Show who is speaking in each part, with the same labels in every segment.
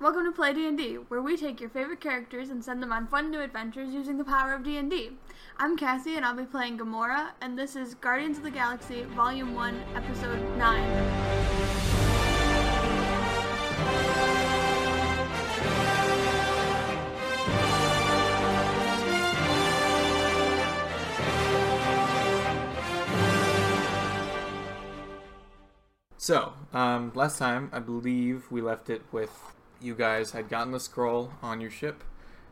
Speaker 1: Welcome to Play D&D, where we take your favorite characters and send them on fun new adventures using the power of D&D. I'm Cassie and I'll be playing Gamora, and this is Guardians of the Galaxy Volume 1, Episode 9.
Speaker 2: So, um, last time, I believe we left it with you guys had gotten the scroll on your ship,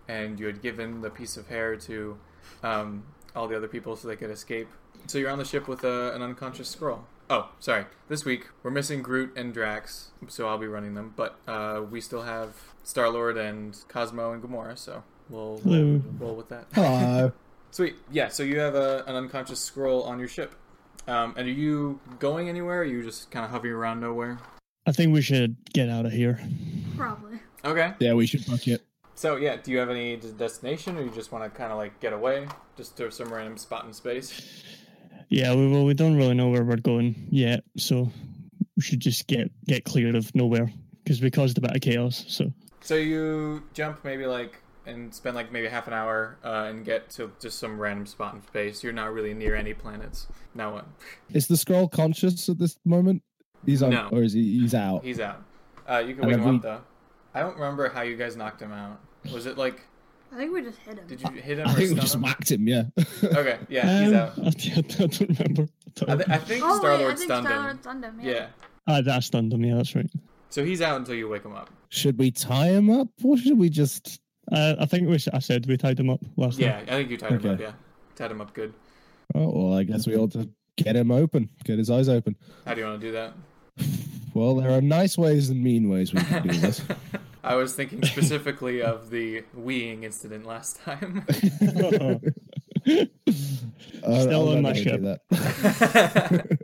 Speaker 2: and you had given the piece of hair to um, all the other people so they could escape. So you're on the ship with a, an unconscious scroll. Oh, sorry. This week, we're missing Groot and Drax, so I'll be running them, but uh, we still have Star Lord and Cosmo and Gamora, so we'll
Speaker 3: Hello.
Speaker 2: roll with that.
Speaker 3: Hello.
Speaker 2: Sweet. Yeah, so you have a, an unconscious scroll on your ship. Um, and are you going anywhere? Or are you just kind of hovering around nowhere?
Speaker 3: I think we should get out of here.
Speaker 1: Probably.
Speaker 2: Okay.
Speaker 3: Yeah, we should book it.
Speaker 2: So, yeah, do you have any d- destination or you just want to kind of like get away? Just to some random spot in space?
Speaker 3: Yeah, we well, we don't really know where we're going yet, so we should just get get clear of nowhere because we caused a bit of chaos. So
Speaker 2: So you jump maybe like and spend like maybe half an hour uh, and get to just some random spot in space. You're not really near any planets. Now what?
Speaker 4: Is the scroll conscious at this moment? He's on,
Speaker 2: No.
Speaker 4: or is he? He's out.
Speaker 2: He's out. Uh, you can
Speaker 4: And
Speaker 2: wake
Speaker 4: then
Speaker 2: him
Speaker 4: we-
Speaker 2: up though. I don't remember how you guys knocked him out. Was it like,
Speaker 1: I think we just hit him.
Speaker 2: did you hit him
Speaker 4: I
Speaker 2: or
Speaker 4: think we
Speaker 2: stun
Speaker 4: just
Speaker 2: him?
Speaker 4: whacked him. Yeah.
Speaker 2: Okay, yeah, he's out.
Speaker 3: Um, I, I don't remember.
Speaker 2: I, th- I think
Speaker 1: oh,
Speaker 2: Star
Speaker 1: wait, I
Speaker 2: Lord
Speaker 1: think
Speaker 2: stunned
Speaker 1: Star-Lord
Speaker 2: him.
Speaker 1: stunned him. Yeah.
Speaker 2: Yeah.
Speaker 3: Ah, that stunned him. Yeah, that's right.
Speaker 2: So he's out until you wake him up.
Speaker 4: should we tie him up, or should we just?
Speaker 3: Uh, I think we. Should, I said we tied him up last.
Speaker 2: Yeah,
Speaker 3: Time.
Speaker 2: I think you tied him up.
Speaker 4: Okay.
Speaker 2: Yeah, tied him up good.
Speaker 4: Oh, well, I guess we ought to get him open, get his eyes open.
Speaker 2: How do you want to do that?
Speaker 4: Well, there are nice ways and mean ways we can do this.
Speaker 2: I was thinking specifically of the weeing incident last time.
Speaker 3: Uh-huh.
Speaker 4: I-
Speaker 3: Still
Speaker 4: I
Speaker 3: on
Speaker 4: don't
Speaker 3: my
Speaker 4: know how to
Speaker 3: ship.
Speaker 4: do that.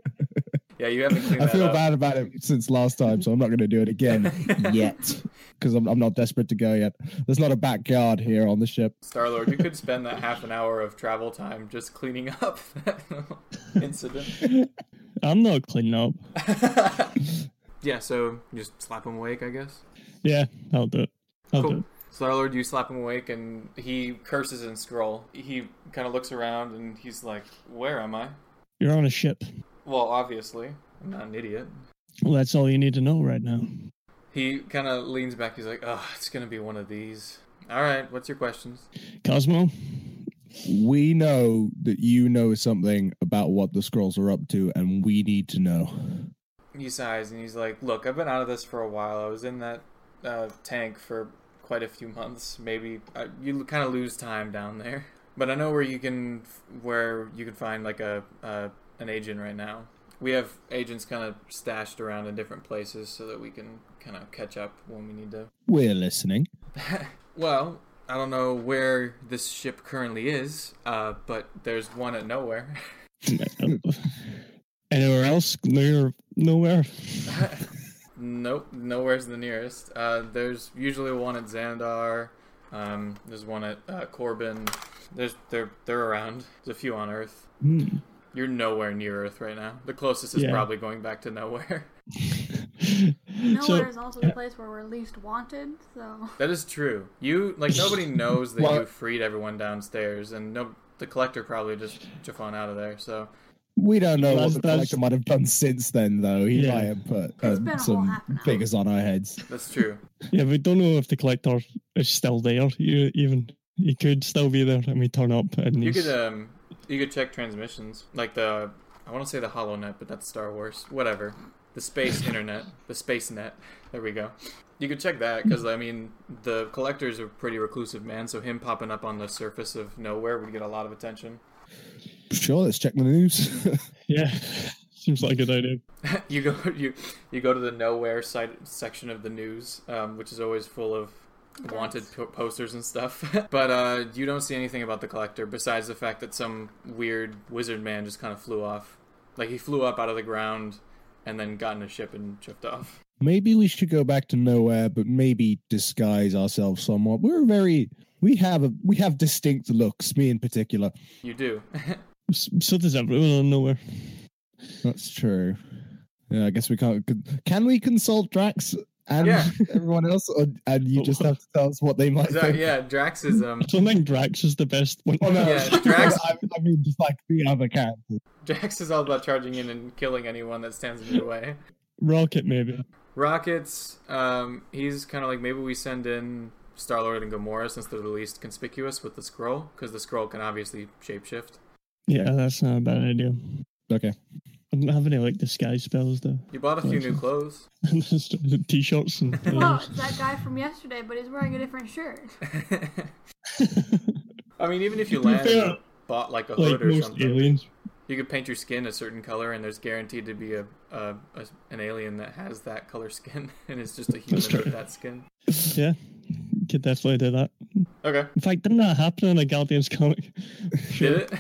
Speaker 2: yeah, you haven't cleaned
Speaker 4: I
Speaker 2: that
Speaker 4: feel
Speaker 2: up.
Speaker 4: bad about it since last time, so I'm not going to do it again yet because I'm, I'm not desperate to go yet. There's not a backyard here on the ship.
Speaker 2: Star Lord, you could spend that half an hour of travel time just cleaning up that incident.
Speaker 3: I'm not cleaning up.
Speaker 2: yeah, so you just slap him awake, I guess.
Speaker 3: Yeah, I'll do it. I'll do
Speaker 2: Cool.
Speaker 3: it.
Speaker 2: Star Lord, you slap him awake, and he curses and scroll. He kind of looks around, and he's like, "Where am I?"
Speaker 3: You're on a ship.
Speaker 2: Well, obviously, I'm not an idiot.
Speaker 3: Well, that's all you need to know right now.
Speaker 2: He kind of leans back. He's like, "Oh, it's gonna be one of these." All right, what's your questions?
Speaker 3: Cosmo,
Speaker 4: We know that you know something about what the scrolls are up to, and we need to know.
Speaker 2: He sighs and he's like, "Look, I've been out of this for a while. I was in that uh, tank for quite a few months. Maybe uh, you kind of lose time down there, but I know where you can where you can find like a uh, an agent right now. We have agents kind of stashed around in different places so that we can kind of catch up when we need to."
Speaker 4: We're listening.
Speaker 2: Well, I don't know where this ship currently is, uh, but there's one at nowhere.
Speaker 3: anywhere else? Near nowhere.
Speaker 2: Nope, nowhere's the nearest. Uh, there's usually one at Xandar. Um, there's one at uh, Corbin. There's they're they're around. There's a few on Earth.
Speaker 3: Hmm.
Speaker 2: You're nowhere near Earth right now. The closest is
Speaker 3: Yeah.
Speaker 2: probably going back to nowhere.
Speaker 1: Nowhere
Speaker 3: so,
Speaker 1: is also the place where we're least wanted, so...
Speaker 2: that is true. You like nobody knows that
Speaker 4: Well-
Speaker 2: you freed everyone downstairs, and no, the collector probably just Jafon out of there. So
Speaker 4: We don't know
Speaker 3: That's-
Speaker 4: what the
Speaker 3: that's-
Speaker 4: collector might have done since then, though. He
Speaker 3: Yeah.
Speaker 4: might have put
Speaker 1: It's been a whole
Speaker 4: um,
Speaker 1: half an
Speaker 4: some
Speaker 1: hour.
Speaker 4: figures on our heads.
Speaker 2: that's true.
Speaker 3: yeah, we don't know if the collector is still there. You even he could still be there, and we turn up, and
Speaker 2: You
Speaker 3: he's,
Speaker 2: could um, you could check transmissions like the I want to say the HoloNet, but that's Star Wars. Whatever, the space internet, the space net. There we go. You could check that because I mean the collector's a pretty reclusive man, so him popping up on the surface of nowhere would get a lot of attention.
Speaker 4: Sure, let's check the news.
Speaker 3: yeah, seems like a good idea.
Speaker 2: you go you you go to the nowhere site section of the news, um, which is always full of wanted po- posters and stuff. but uh, you don't see anything about the collector besides the fact that some weird wizard man just kind of flew off. Like he flew up out of the ground and then got in a ship and chipped off.
Speaker 4: maybe we should go back to nowhere, but maybe disguise ourselves somewhat. We're very we have a we have distinct looks, me in particular.
Speaker 2: You do.
Speaker 3: S- So does everyone on nowhere.
Speaker 4: That's true. Yeah, I guess we can't. Can we consult Drax and
Speaker 2: Yeah.
Speaker 4: everyone else, or, and you just have to tell us what they might
Speaker 2: Is that-
Speaker 4: think.
Speaker 2: yeah, Drax is um
Speaker 3: I don't think Drax is the best one.
Speaker 4: Oh no,
Speaker 2: Yeah, Drax-
Speaker 4: I, I mean just like the other characters.
Speaker 2: Drax is all about charging in and killing anyone that stands in your way.
Speaker 3: Rocket maybe.
Speaker 2: Rockets, um, he's kind of like maybe we send in Star Lord and Gamora since they're the least conspicuous with the scroll because the scroll can obviously shapeshift.
Speaker 3: Yeah, that's not a bad idea.
Speaker 4: Okay.
Speaker 3: I don't have any like disguise spells though.
Speaker 2: You bought a few new clothes.
Speaker 3: Just T-shirts and.
Speaker 1: Hello, it's that guy from yesterday, but he's wearing a different shirt.
Speaker 2: I mean, even if you
Speaker 3: To be
Speaker 2: land
Speaker 3: fair,
Speaker 2: and bought like a hood
Speaker 3: like
Speaker 2: or
Speaker 3: most
Speaker 2: something,
Speaker 3: aliens.
Speaker 2: you could paint your skin a certain color, and there's guaranteed to be a, a, a an alien that has that color skin, and it's just a human
Speaker 3: true.
Speaker 2: with that skin.
Speaker 3: Yeah, could definitely do that.
Speaker 2: Okay,
Speaker 3: In fact, didn't that happen in a Guardians comic?
Speaker 2: did it?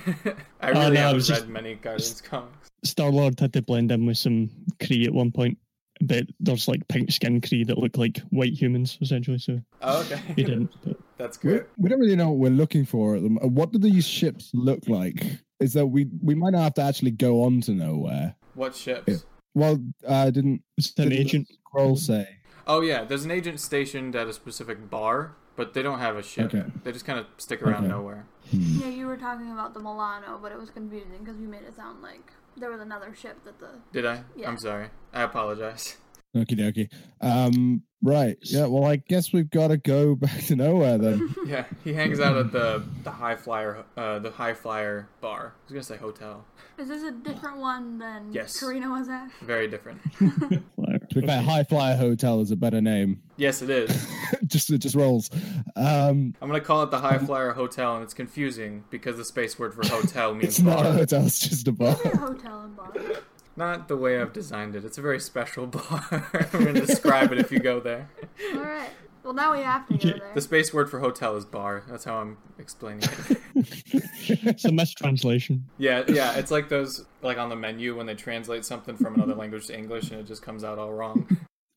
Speaker 2: I
Speaker 3: Uh, no,
Speaker 2: really haven't
Speaker 3: I
Speaker 2: read
Speaker 3: was just-
Speaker 2: many Guardians comics.
Speaker 3: Star Lord had to blend in with some Kree at one point, but there's like pink skin Kree that look like white humans essentially. So
Speaker 2: Oh, okay,
Speaker 3: he didn't. But
Speaker 2: That's
Speaker 4: We,
Speaker 2: good.
Speaker 4: we don't really know what we're looking for at them. What do these ships look like? Is that we we might not have to actually go on to nowhere.
Speaker 2: What ships?
Speaker 4: Yeah. Well, uh, didn't
Speaker 3: it's an
Speaker 4: didn't
Speaker 3: agent.
Speaker 4: Kroll say?
Speaker 2: Oh yeah, there's an agent stationed at a specific bar, but they don't have a ship.
Speaker 4: Okay.
Speaker 2: They just kind of stick around
Speaker 4: Okay.
Speaker 2: nowhere.
Speaker 1: Yeah, you were talking about the Milano, but it was confusing because you made it sound like there was another ship that the.
Speaker 2: Did I?
Speaker 1: Yeah.
Speaker 2: I'm sorry. I apologize.
Speaker 4: Okie dokie. Um, right. Yeah. Well, I guess we've got to go back to nowhere then.
Speaker 2: yeah, he hangs out at the the high flyer uh, the high flyer bar. I was gonna say hotel.
Speaker 1: Is this a different one than
Speaker 2: Yes.
Speaker 1: Karina was at?
Speaker 2: Very different.
Speaker 4: to be fair, High Flyer Hotel is a better name.
Speaker 2: Yes, it is.
Speaker 4: just it just rolls. Um,
Speaker 2: I'm gonna call it the high flyer hotel, and it's confusing because the space word for hotel means
Speaker 4: it's not a
Speaker 2: bar.
Speaker 4: hotel. It's just a bar.
Speaker 1: A hotel and bar.
Speaker 2: Not the way I've designed it. It's a very special bar. I'm gonna describe it if you go there.
Speaker 1: All right. Well, now we have to go there.
Speaker 2: The space word for hotel is bar. That's how I'm explaining it.
Speaker 3: It's a mistranslation.
Speaker 2: Yeah, yeah, it's like those like on the menu when they translate something from another language to English and it just comes out all wrong.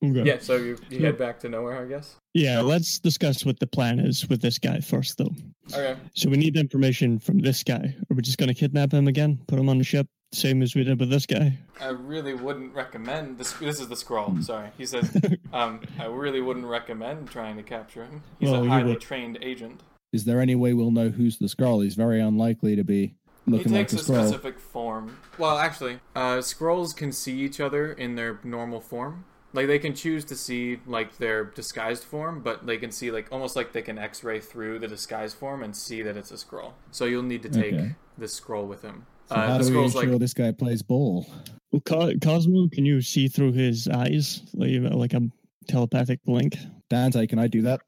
Speaker 3: Okay.
Speaker 2: Yeah, so you, you head back to nowhere, I guess.
Speaker 3: Yeah, let's discuss what the plan is with this guy first, though.
Speaker 2: Okay.
Speaker 3: So we need information from this guy. Are we just going to kidnap him again, put him on the ship, same as we did with this guy?
Speaker 2: I really wouldn't recommend this. This is the scroll.
Speaker 3: Hmm.
Speaker 2: Sorry, he says. Um, I really wouldn't recommend trying to capture him. He's
Speaker 3: Well,
Speaker 2: a
Speaker 3: you
Speaker 2: highly
Speaker 3: would.
Speaker 2: trained agent.
Speaker 4: Is there any way we'll know who's the scroll? He's very unlikely to be
Speaker 2: He
Speaker 4: looking like
Speaker 2: takes
Speaker 4: a
Speaker 2: a
Speaker 4: scroll.
Speaker 2: specific form. Well, actually, uh, scrolls can see each other in their normal form. Like they can choose to see like their disguised form, but they can see like almost like they can X-ray through the disguised form and see that it's a scroll. So you'll need to take
Speaker 4: Okay.
Speaker 2: this scroll with him.
Speaker 4: So
Speaker 2: uh,
Speaker 4: how
Speaker 2: the
Speaker 4: do we
Speaker 2: scroll's
Speaker 4: ensure
Speaker 2: like
Speaker 4: this guy plays ball?
Speaker 3: Well, Co- Cosmo, can you see through his eyes like, like a telepathic link?
Speaker 4: Dante, can I do that?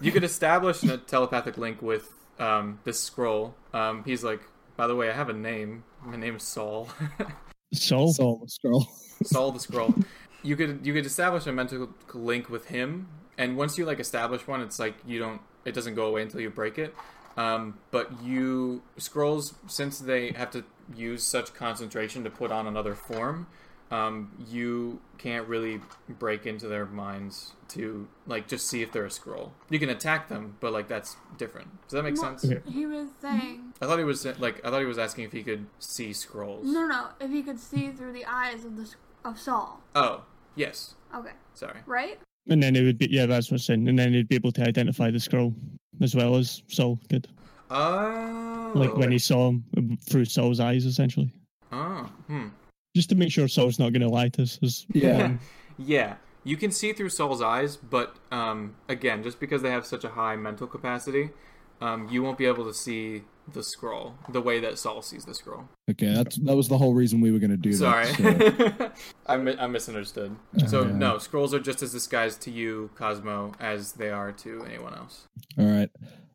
Speaker 2: you could establish a telepathic link with um, this scroll. Um, he's like, by the way, I have a name. My name is Saul.
Speaker 3: Saul?
Speaker 4: Soul scroll.
Speaker 2: Saul the Scroll. You could you could establish a mental link with him, and once you like establish one, it's like you don't it doesn't go away until you break it. Um, but you scrolls since they have to use such concentration to put on another form, um, you can't really break into their minds to like just see if they're a scroll. You can attack them, but like that's different. Does that make
Speaker 1: Well,
Speaker 2: sense?
Speaker 1: He was saying,
Speaker 2: I thought he was like I thought he was asking if he could see scrolls.
Speaker 1: no, no, if he could see through the eyes of the s- of Saul.
Speaker 2: Oh yes,
Speaker 1: Okay,
Speaker 2: sorry.
Speaker 1: right?
Speaker 3: And then it would be, yeah, that's what's in. And then he'd be able to identify the scroll as well as Saul could.
Speaker 2: Oh,
Speaker 3: Like when he saw him through Saul's eyes, essentially.
Speaker 2: Oh, hmm.
Speaker 3: Just to make sure Saul's not going to lie to us. is-
Speaker 4: Yeah.
Speaker 2: Yeah. You can see through Saul's eyes, but um, again, just because they have such a high mental capacity, um, you won't be able to see the scroll the way that Saul sees the scroll.
Speaker 4: Okay, that's that was the whole reason we were going to do
Speaker 2: Sorry.
Speaker 4: that.
Speaker 2: I, mi- I misunderstood. so,
Speaker 4: yeah.
Speaker 2: no, scrolls are just as disguised to you, Cosmo, as they are to anyone else.
Speaker 4: All right.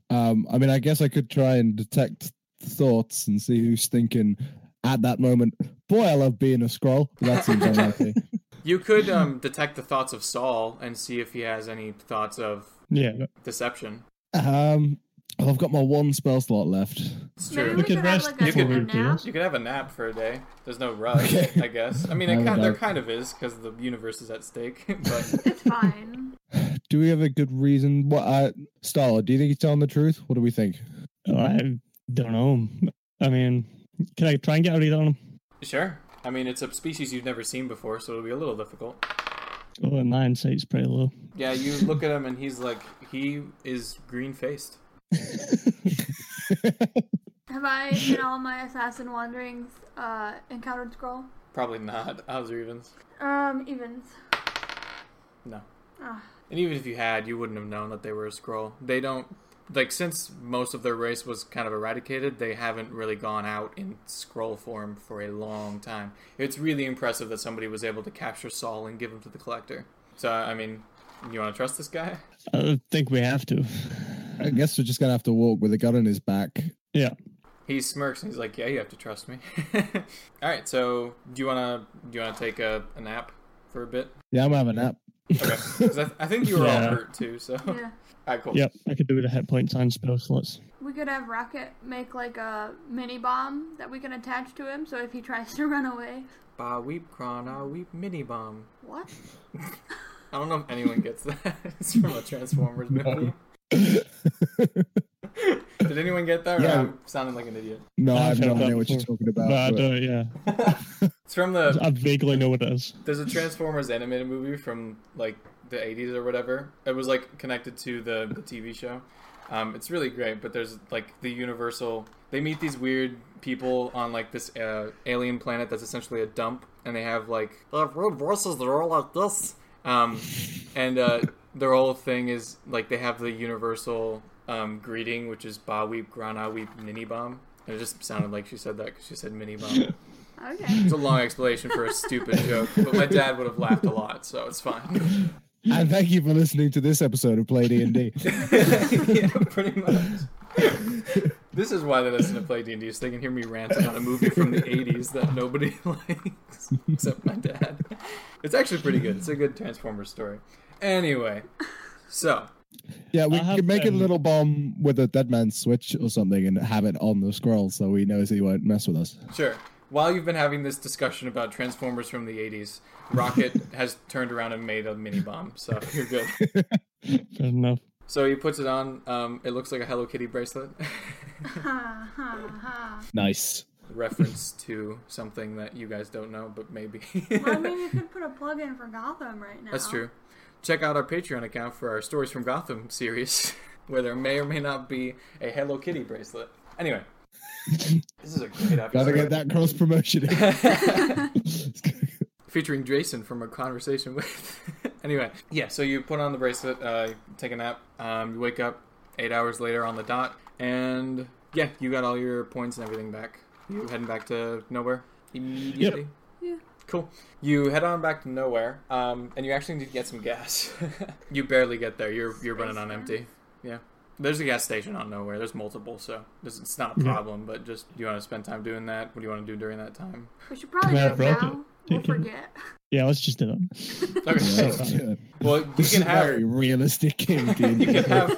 Speaker 4: Um, I mean, I guess I could try and detect thoughts and see who's thinking at that moment. Boy, I love being a scroll. That seems unlikely.
Speaker 2: You could um, detect the thoughts of Saul and see if he has any thoughts of
Speaker 3: Yeah. but
Speaker 2: deception.
Speaker 4: Um, well, I've got my one spell slot left.
Speaker 2: It's
Speaker 1: Maybe
Speaker 2: true.
Speaker 1: we
Speaker 3: could
Speaker 1: could
Speaker 3: rest
Speaker 1: have like a,
Speaker 2: before
Speaker 1: a
Speaker 3: we do
Speaker 1: nap.
Speaker 2: You could have a nap for a day. There's no rush,
Speaker 4: Okay.
Speaker 2: I guess. I mean,
Speaker 4: I
Speaker 2: it
Speaker 4: would
Speaker 2: kind, there
Speaker 4: doubt-
Speaker 2: kind of is because the universe is at stake. But
Speaker 1: It's fine.
Speaker 4: Do we have a good reason? What, uh, Starla, do you think he's telling the truth? What do we think?
Speaker 3: I don't know. I mean, can I try and get a read on him?
Speaker 2: sure, I mean, it's a species you've never seen before, so it'll be a little difficult.
Speaker 3: Oh, and my insight's pretty low.
Speaker 2: Yeah, you look at him and he's like, he is green faced.
Speaker 1: Have I, in all my assassin wanderings, uh, encountered Scroll?
Speaker 2: Probably not. How's your evens?
Speaker 1: Um, Evans.
Speaker 2: No.
Speaker 1: Ah.
Speaker 2: And even if you had, you wouldn't have known that they were a scroll. They don't like since most of their race was kind of eradicated, they haven't really gone out in scroll form for a long time. It's really impressive that somebody was able to capture Saul and give him to the collector. So I mean, you want to trust this guy?
Speaker 3: I think we have to.
Speaker 4: I guess we're just gonna have to walk with a gun in his back.
Speaker 3: Yeah.
Speaker 2: He smirks and he's like, "Yeah, you have to trust me." All right, so do you want to do you want to take a, a nap for a bit?
Speaker 4: Yeah, I'm having a nap.
Speaker 2: Okay. 'Cause I, I think you were all
Speaker 3: Yeah.
Speaker 2: hurt too, so all
Speaker 1: Yeah.
Speaker 2: right, cool.
Speaker 3: Yep. I could do with a hit points and spell slots.
Speaker 1: We could have Rocket make like a mini bomb that we can attach to him so if he tries to run away.
Speaker 2: Ba weep cron, ah weep mini bomb.
Speaker 1: What?
Speaker 2: I don't know if anyone gets that. it's from a Transformers movie. Did anyone get that? Or
Speaker 4: Yeah.
Speaker 2: I'm sounding like an idiot.
Speaker 4: No, Oh, I have
Speaker 3: I've
Speaker 4: no
Speaker 3: heard that
Speaker 4: idea what you're
Speaker 3: before.
Speaker 4: talking about.
Speaker 3: but I
Speaker 4: but-
Speaker 3: don't, yeah.
Speaker 2: It's from the
Speaker 3: I vaguely know what it is.
Speaker 2: there's a Transformers animated movie from like the 80s or whatever. It was like connected to the, the TV show. Um, it's really great, but there's like the Universal. They meet these weird people on like this uh, alien planet that's essentially a dump, and they have like the rude voices that are all like this. Um, and uh, their whole thing is like they have the Universal um, greeting, which is "Ba weep, grana weep, mini bomb." And it just sounded like she said that because she said "mini bomb."
Speaker 1: Okay.
Speaker 2: It's a long explanation for a stupid joke, but my dad would have laughed a lot, so it's fine.
Speaker 4: And thank you for listening to this episode of Play D and D.
Speaker 2: yeah, pretty much. this is why they listen to play D and D. So they can hear me rant about a movie from the '80s that nobody likes except my dad. It's actually pretty good. It's a good Transformers story. Anyway, so
Speaker 4: Yeah, we
Speaker 3: I have,
Speaker 4: can make a
Speaker 3: um,
Speaker 4: little bomb with a dead man's switch or something and have it on the scroll so he knows he won't mess with us.
Speaker 2: Sure. While you've been having this discussion about Transformers from the 80s, Rocket has turned around and made a mini bomb, so you're good.
Speaker 3: Fair enough.
Speaker 2: So he puts it on. Um, it looks like a Hello Kitty bracelet.
Speaker 1: Ha ha ha.
Speaker 4: Nice.
Speaker 2: Reference to something that you guys don't know, but maybe.
Speaker 1: Well, I mean, you could put a plug in for Gotham right now.
Speaker 2: That's true. Check out our Patreon account for our Stories from Gotham series, where there may or may not be a Hello Kitty bracelet. Anyway, this is a great episode.
Speaker 4: Gotta get that cross promotion.
Speaker 2: featuring Jason from a conversation with. anyway, yeah, so you put on the bracelet, uh, you take a nap, um, you wake up eight hours later on the dot, and yeah, you got all your points and everything back. You heading back to nowhere immediately?
Speaker 1: Yeah.
Speaker 2: Cool. You head on back to nowhere, um, and you actually need to get some gas. you barely get there. You're you're running on empty. Yeah. There's a gas station on nowhere. There's multiple, so this, it's not a
Speaker 3: Yeah.
Speaker 2: problem. But just, do you want to spend time doing that? What do you want to do during that time?
Speaker 1: We should probably do
Speaker 3: Yeah,
Speaker 1: it
Speaker 3: Rocket.
Speaker 1: now. We'll
Speaker 3: Take it.
Speaker 1: forget.
Speaker 3: Yeah, let's just do that.
Speaker 2: Okay. well, you
Speaker 4: This is
Speaker 2: can have
Speaker 4: very realistic game,
Speaker 2: You
Speaker 4: dude.
Speaker 2: can have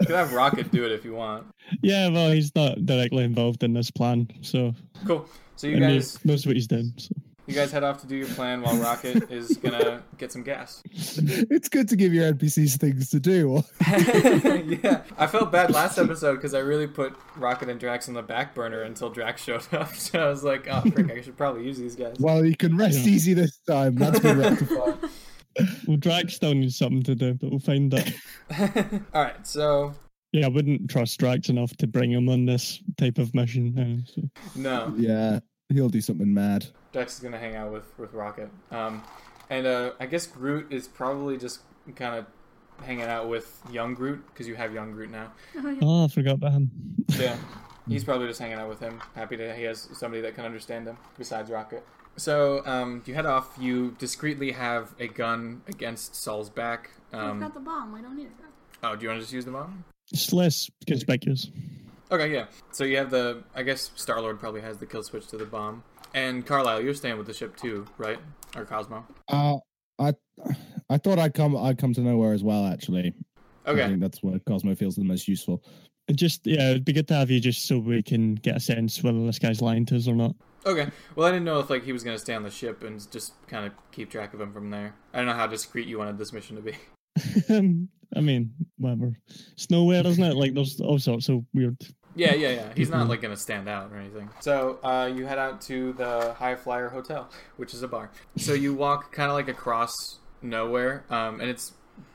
Speaker 2: you can have Rocket do it if you want.
Speaker 3: Yeah, well, he's not directly involved in this plan, so
Speaker 2: Cool. So you
Speaker 3: and he
Speaker 2: guys
Speaker 3: knows what he's doing. So.
Speaker 2: you guys head off to do your plan while Rocket is gonna get some gas.
Speaker 4: It's good to give your NPCs things to do.
Speaker 2: yeah, I felt bad last episode because I really put Rocket and Drax on the back burner until Drax showed up. So I was like, oh frick, I should probably use these guys.
Speaker 4: Well, you can rest
Speaker 3: Yeah.
Speaker 4: easy this time. That's been rectified.
Speaker 3: Well, Drax still needs something to do, but we'll find it.
Speaker 2: All right, so
Speaker 3: Yeah, I wouldn't trust Drax enough to bring him on this type of mission. uh, so.
Speaker 2: no,
Speaker 4: Yeah, he'll do something mad.
Speaker 2: Dex is gonna hang out with with Rocket. Um, and uh, I guess Groot is probably just kind of hanging out with young Groot because you have young Groot now.
Speaker 1: Oh, yeah.
Speaker 3: Oh, I forgot about him.
Speaker 2: Yeah, he's probably just hanging out with him, happy that he has somebody that can understand him besides Rocket. So um, you head off. You discreetly have a gun against Saul's back.
Speaker 1: We've
Speaker 2: Um,
Speaker 1: got the bomb. We don't need it.
Speaker 2: oh, do you want to just use the bomb?
Speaker 3: It's less conspicuous.
Speaker 2: Okay, yeah. So you have the. I guess Star Lord probably has the kill switch to the bomb. And Carlisle, you're staying with the ship too, right? Or Cosmo?
Speaker 4: Uh, I, I thought I'd come. I'd come to nowhere as well. Actually, I
Speaker 2: Okay.
Speaker 4: think that's where Cosmo feels the most useful.
Speaker 3: It just yeah, it'd be good to have you just so we can get a sense whether this guy's lying to us or not.
Speaker 2: Okay. Well, I didn't know if like he was gonna stay on the ship and just kind of keep track of him from there. I don't know how discreet you wanted this mission to be.
Speaker 3: I mean, whatever. It's nowhere, isn't it? Like there's all sorts of weird.
Speaker 2: Yeah, yeah, yeah. He's not like gonna stand out or anything. So uh, you head out to the High Flyer Hotel, which is a bar. So you walk kind of like across nowhere, um, and it's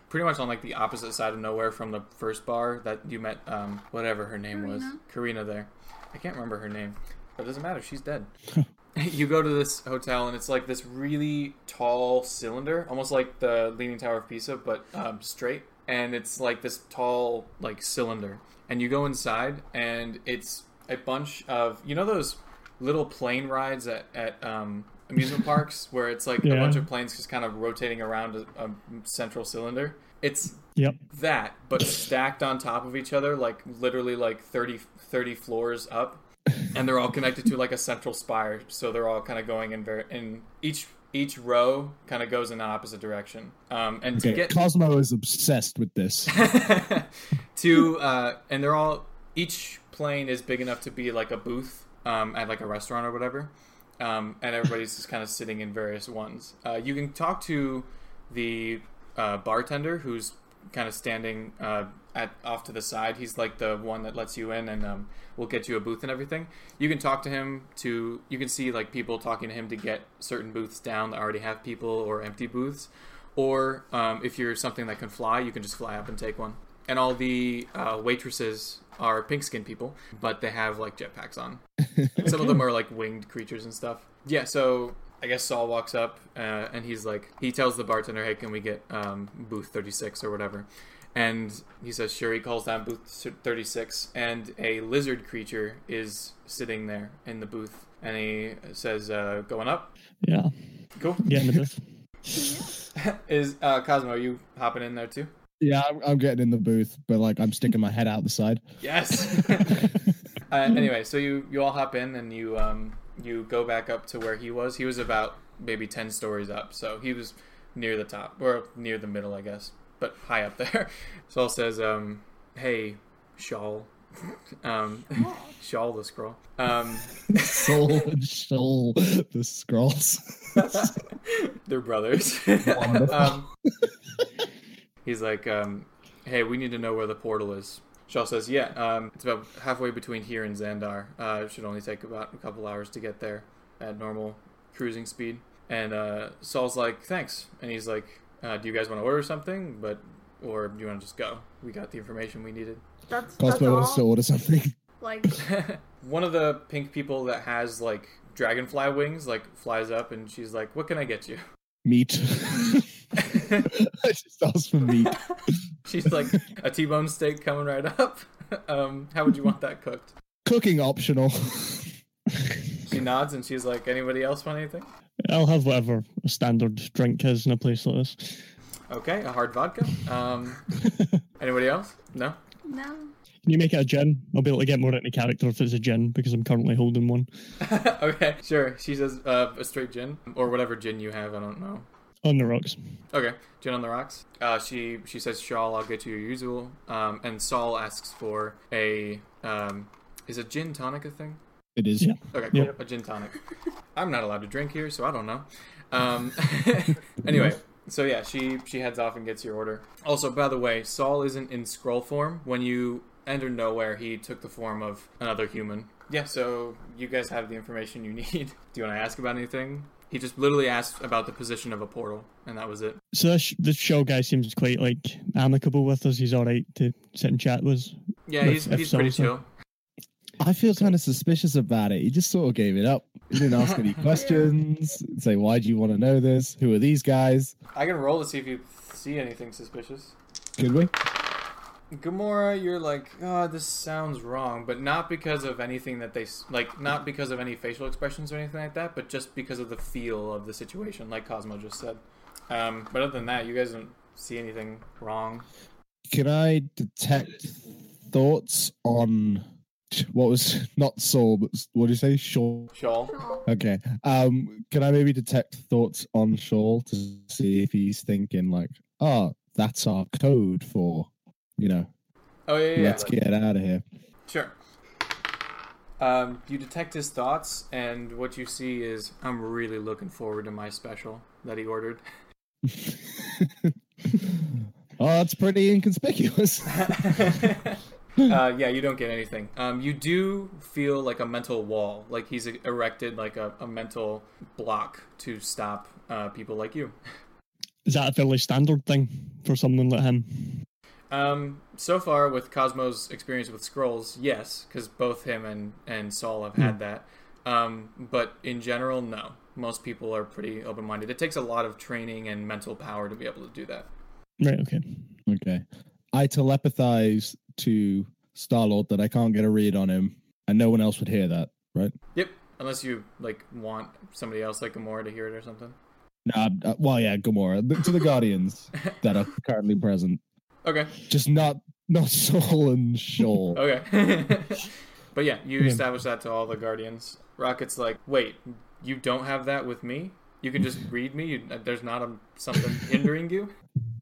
Speaker 2: pretty much on like the opposite side of nowhere from the first bar that you met. Um, whatever her name was,
Speaker 1: Karina?
Speaker 2: Karina. There, I can't remember her name, but it doesn't matter. She's dead. you go to this hotel and it's like this really tall cylinder, almost like the Leaning Tower of Pisa, but um, straight. And it's like this tall like cylinder, and you go inside, and it's a bunch of you know those little plane rides at, at um, amusement parks where it's like a
Speaker 3: Yeah.
Speaker 2: bunch of planes just kind of rotating around a, a central cylinder. It's
Speaker 3: Yep.
Speaker 2: that, but stacked on top of each other, like literally like 30, 30 floors up, and they're all connected to like a central spire. So they're all kind of going in very in each each row kind of goes in the opposite direction. Um, and to
Speaker 4: Okay,
Speaker 2: get
Speaker 4: Cosmo is obsessed with this.
Speaker 2: to uh, and they're all each plane is big enough to be like a booth um, at like a restaurant or whatever um, and everybody's just kind of sitting in various ones uh, you can talk to the uh, bartender who's kind of standing uh, at off to the side he's like the one that lets you in and um, will get you a booth and everything you can talk to him to you can see like people talking to him to get certain booths down that already have people or empty booths or um, if you're something that can fly you can just fly up and take one and all the uh, waitresses are pink skinned people, but they have like jetpacks on. Some of them are like winged creatures and stuff. Yeah, so I guess Saul walks up uh, and he's like, he tells the bartender, hey, can we get um, booth 36 or whatever? And he says, sure. He calls down booth 36, and a lizard creature is sitting there in the booth. And he says, uh, going up.
Speaker 3: Yeah.
Speaker 2: Cool.
Speaker 3: Getting the booth.
Speaker 2: Is uh, Cosmo, are you hopping in there too?
Speaker 4: yeah, I'm, I'm getting in the booth, but like I'm sticking my head out the side.
Speaker 2: Yes. uh, anyway, so you you all hop in and you um you go back up to where he was. He was about maybe ten stories up, so he was near the top or near the middle, I guess, but high up there. Saul says, um, "Hey, Shawl, um, Shawl the scroll." Um,
Speaker 4: Soul and soul, the scrolls.
Speaker 2: they're brothers.
Speaker 4: Wonderful.
Speaker 2: um, he's like, um, "Hey, we need to know where the portal is." Shaw says, "Yeah, um, it's about halfway between here and Xandar. Uh, it should only take about a couple hours to get there at normal cruising speed." And uh, Saul's like, "Thanks," and he's like, uh, "Do you guys want to order something, but, or do you want to just go? We got the information we needed."
Speaker 1: That's, that's
Speaker 4: Cosmo
Speaker 1: all.
Speaker 4: wants to order something.
Speaker 1: Like,
Speaker 2: One of the pink people that has like dragonfly wings like flies up and she's like, "What can I get you?"
Speaker 4: Meat. I just asked for meat.
Speaker 2: She's like a T-bone steak coming right up. Um, how would you want that cooked?
Speaker 4: Cooking optional.
Speaker 2: She nods and she's like, "Anybody else want anything?"
Speaker 3: I'll have whatever a standard drink is in a place like this.
Speaker 2: Okay, a hard vodka. Um, anybody else? No.
Speaker 1: no.
Speaker 3: Can you make it a gin? I'll be able to get more into character if it's a gin because I'm currently holding one.
Speaker 2: okay, sure. She says uh, a straight gin or whatever gin you have. I don't know.
Speaker 3: On the rocks.
Speaker 2: Okay, gin on the rocks. Uh, she she says, "Shawl, I'll get you your usual." Um, and Saul asks for a um, is a gin tonic a thing?
Speaker 4: It is.
Speaker 3: Yeah.
Speaker 2: Okay, cool.
Speaker 3: Yeah.
Speaker 2: A gin tonic. I'm not allowed to drink here, so I don't know. Um, anyway, so yeah, she she heads off and gets your order. Also, by the way, Saul isn't in scroll form. When you enter nowhere, he took the form of another human. Yeah, so you guys have the information you need. Do you want to ask about anything? He just literally asked about the position of a portal, and that was it.
Speaker 3: So this, this shell guy seems quite like amicable with us. He's all right to sit and chat with us.
Speaker 2: Yeah,
Speaker 3: If-
Speaker 2: he's,
Speaker 3: if
Speaker 2: he's
Speaker 3: so,
Speaker 2: pretty
Speaker 3: so.
Speaker 2: chill.
Speaker 4: I feel kind of suspicious about it. He just sort of gave it up. He didn't ask any questions. Say, why do you want to know this? Who are these guys?
Speaker 2: I can roll to see if you see anything suspicious.
Speaker 4: Could we?
Speaker 2: Gamora, you're like, oh, this sounds wrong, but not because of anything that they s- like, not because of any facial expressions or anything like that, but just because of the feel of the situation, like Cosmo just said. Um, but other than that, you guys don't see anything wrong.
Speaker 4: Can I detect thoughts on what was not Saul, but s- what do you say? Shaw.
Speaker 2: Shawl,
Speaker 1: Sure.
Speaker 4: Okay. Um, can I maybe detect thoughts on Shaw to see if he's thinking like, oh, that's our code for, you know,
Speaker 2: oh yeah, yeah, yeah.
Speaker 4: let's get out of here.
Speaker 2: sure. Um, you detect his thoughts, and what you see is, I'm really looking forward to my special that he ordered.
Speaker 4: oh, that's pretty inconspicuous.
Speaker 2: uh, yeah, you don't get anything. Um, you do feel like a mental wall, like he's e-, erected like a, a mental block to stop uh, people like you.
Speaker 3: Is that a fairly standard thing for someone like him?
Speaker 2: Um, so far, with Cosmo's experience with scrolls, yes, because both him and, and Saul have had that. Um, but in general, no. Most people are pretty open minded. It takes a lot of training and mental power to be able to do that.
Speaker 3: Right. Okay.
Speaker 4: Okay. I telepathize to Star Lord that I can't get a read on him, and no one else would hear that, right?
Speaker 2: Yep. Unless you like want somebody else like Gamora to hear it or something.
Speaker 4: Nah, uh, well, yeah, Gamora th- to the Guardians that are currently present,
Speaker 2: Okay.
Speaker 4: just not not Saul and Shaw.
Speaker 2: Oh. Okay. but yeah, you
Speaker 3: Yeah.
Speaker 2: establish that to all the Guardians. Rocket's like, wait, you don't have that with me? You can just read me? You, uh, there's not a, something hindering you?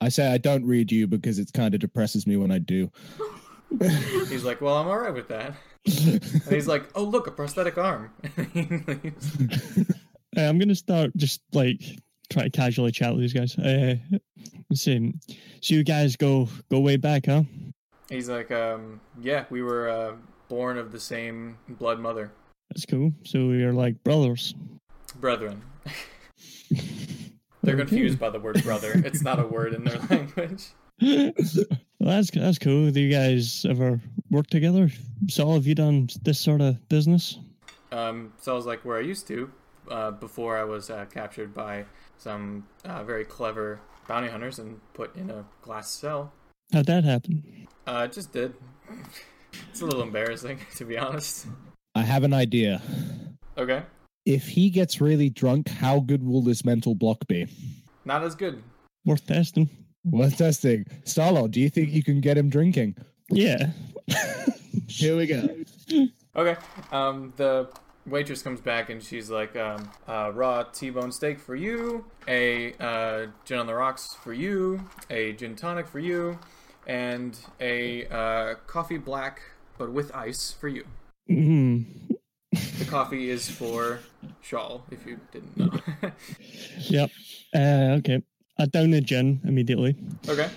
Speaker 4: I say I don't read you because it kind of depresses me when I do.
Speaker 2: He's like, well, I'm all right with that. And he's like, oh, look, a prosthetic arm. He leaves.
Speaker 3: Uh, I'm gonna start just like try to casually chat with these guys. Uh, let's see. So you guys go go way back, huh?
Speaker 2: He's like, um, yeah, we were uh, born of the same blood mother,
Speaker 3: That's cool. So we are like brothers.
Speaker 2: brethren. They're
Speaker 3: Okay.
Speaker 2: confused by the word brother. It's not a word in their language.
Speaker 3: well, that's that's cool. Do you guys ever work together? Saul, have you done this sort of business?
Speaker 2: Um, so I was like where I used to uh, before I was uh, captured by some uh, very clever bounty hunters and put in a glass cell.
Speaker 3: How'd that happen?
Speaker 2: Uh, it just did. It's a little embarrassing, to be honest.
Speaker 4: I have an idea.
Speaker 2: Okay,
Speaker 4: If he gets really drunk, how good will this mental block be?
Speaker 2: not as good.
Speaker 3: Worth testing.
Speaker 4: Worth testing. Starlord, do you think you can get him drinking?
Speaker 3: Yeah.
Speaker 4: Here we go.
Speaker 2: Okay, um, the waitress comes back and she's like, um, uh, raw T-bone steak for you, a uh, gin on the rocks for you, a gin tonic for you, and a uh, coffee black but with ice for you.
Speaker 3: Hmm.
Speaker 2: The coffee is for Shawl, if you didn't know.
Speaker 3: Yep. Uh, okay. I down the gin immediately,
Speaker 2: okay.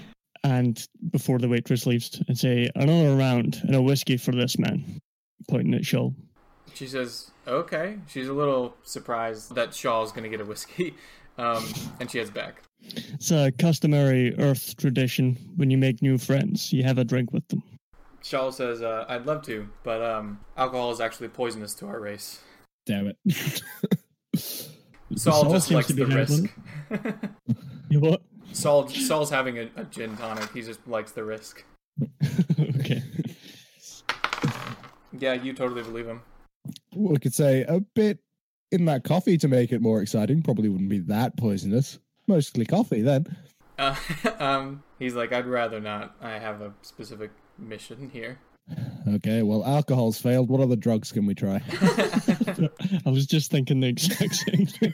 Speaker 3: and before the waitress leaves, and say another round and a whiskey for this man, pointing at Shaw.
Speaker 2: She says, okay. She's a little surprised that Shaw's going to get a whiskey. Um, and she heads back.
Speaker 3: It's a customary Earth tradition. When you make new friends, you have a drink with them.
Speaker 2: Shawl says, uh, I'd love to, but um, alcohol is actually poisonous to our race.
Speaker 4: Damn it.
Speaker 2: Saul,
Speaker 3: Saul
Speaker 2: just
Speaker 3: seems
Speaker 2: likes
Speaker 3: to
Speaker 2: the
Speaker 3: be
Speaker 2: risk.
Speaker 3: handling You what?
Speaker 2: Saul, Saul's having a, a gin tonic. He just likes the risk.
Speaker 3: okay.
Speaker 2: Yeah, you totally believe him.
Speaker 4: Well, we could say a bit in that coffee to make it more exciting. Probably wouldn't be that poisonous. Mostly coffee then.
Speaker 2: Uh, um, he's like, I'd rather not. I have a specific mission here.
Speaker 4: Okay, well, alcohol's failed. What other drugs can we try?
Speaker 3: I was just thinking the exact same thing.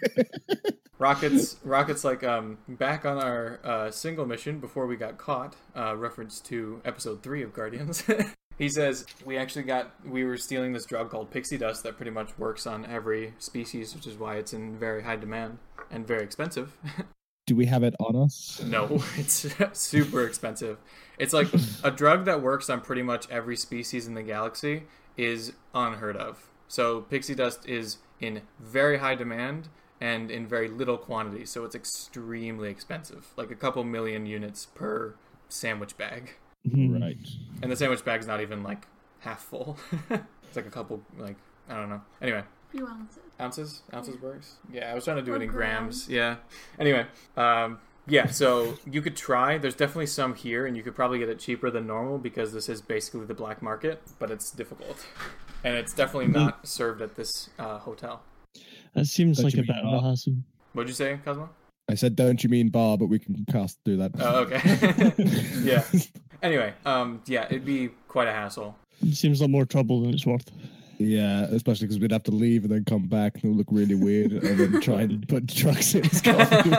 Speaker 2: Rockets, Rockets, like um, back on our uh, single mission before we got caught. Uh, reference to episode three of Guardians. he says we actually got we were stealing this drug called pixie dust that pretty much works on every species, which is why it's in very high demand and very expensive.
Speaker 4: Do we have it on us?
Speaker 2: no, it's super expensive. It's like a drug that works on pretty much every species in the galaxy is unheard of. So pixie dust is in very high demand and in very little quantity, so it's extremely expensive. Like a couple million units per sandwich bag.
Speaker 3: Hmm.
Speaker 2: And the sandwich bag's not even like half full. it's like a couple like I don't know. Anyway,
Speaker 1: Few ounces.
Speaker 2: ounces ounces works yeah i was trying to do
Speaker 1: Or
Speaker 2: it in grams.
Speaker 1: grams.
Speaker 2: yeah anyway um yeah so you could try there's definitely some here and you could probably get it cheaper than normal because this is basically the black market but it's difficult and it's definitely not served at this uh, hotel
Speaker 3: That seems
Speaker 4: Don't
Speaker 3: like
Speaker 4: you
Speaker 3: a
Speaker 4: mean
Speaker 3: bit of a
Speaker 4: not?
Speaker 3: hassle.
Speaker 2: what'd you say cosmo
Speaker 4: I said, don't you mean bar, but we can cast through that.
Speaker 2: oh okay yeah anyway um yeah it'd be quite a hassle
Speaker 3: It seems like more trouble than it's worth.
Speaker 4: Yeah, especially because we'd have to leave and then come back and it would look really weird and then try and put drugs in his coffee.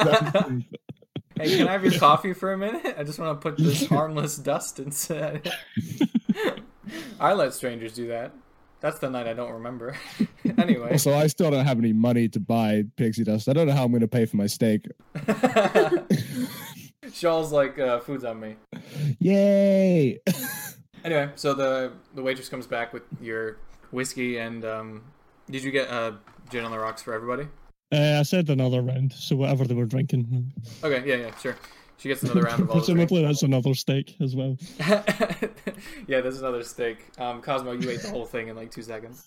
Speaker 2: hey can i have your coffee for a minute i just want to put this harmless dust inside i let strangers do that that's the night i don't remember anyway
Speaker 4: also, I still don't have any money to buy pixie dust. I don't know how I'm going to pay for my steak.
Speaker 2: Shaw's like, uh, food's on me.
Speaker 4: Yay!
Speaker 2: Anyway, so the the waitress comes back with your whiskey and um, did you get uh, gin on the rocks for everybody?
Speaker 3: Uh, I said another round, so whatever they were drinking.
Speaker 2: Okay, yeah, yeah, sure. She gets another round of all the
Speaker 3: Presumably that's another steak as well.
Speaker 2: drink. Yeah, there's another steak. Um, Cosmo, you ate the whole thing in like two seconds.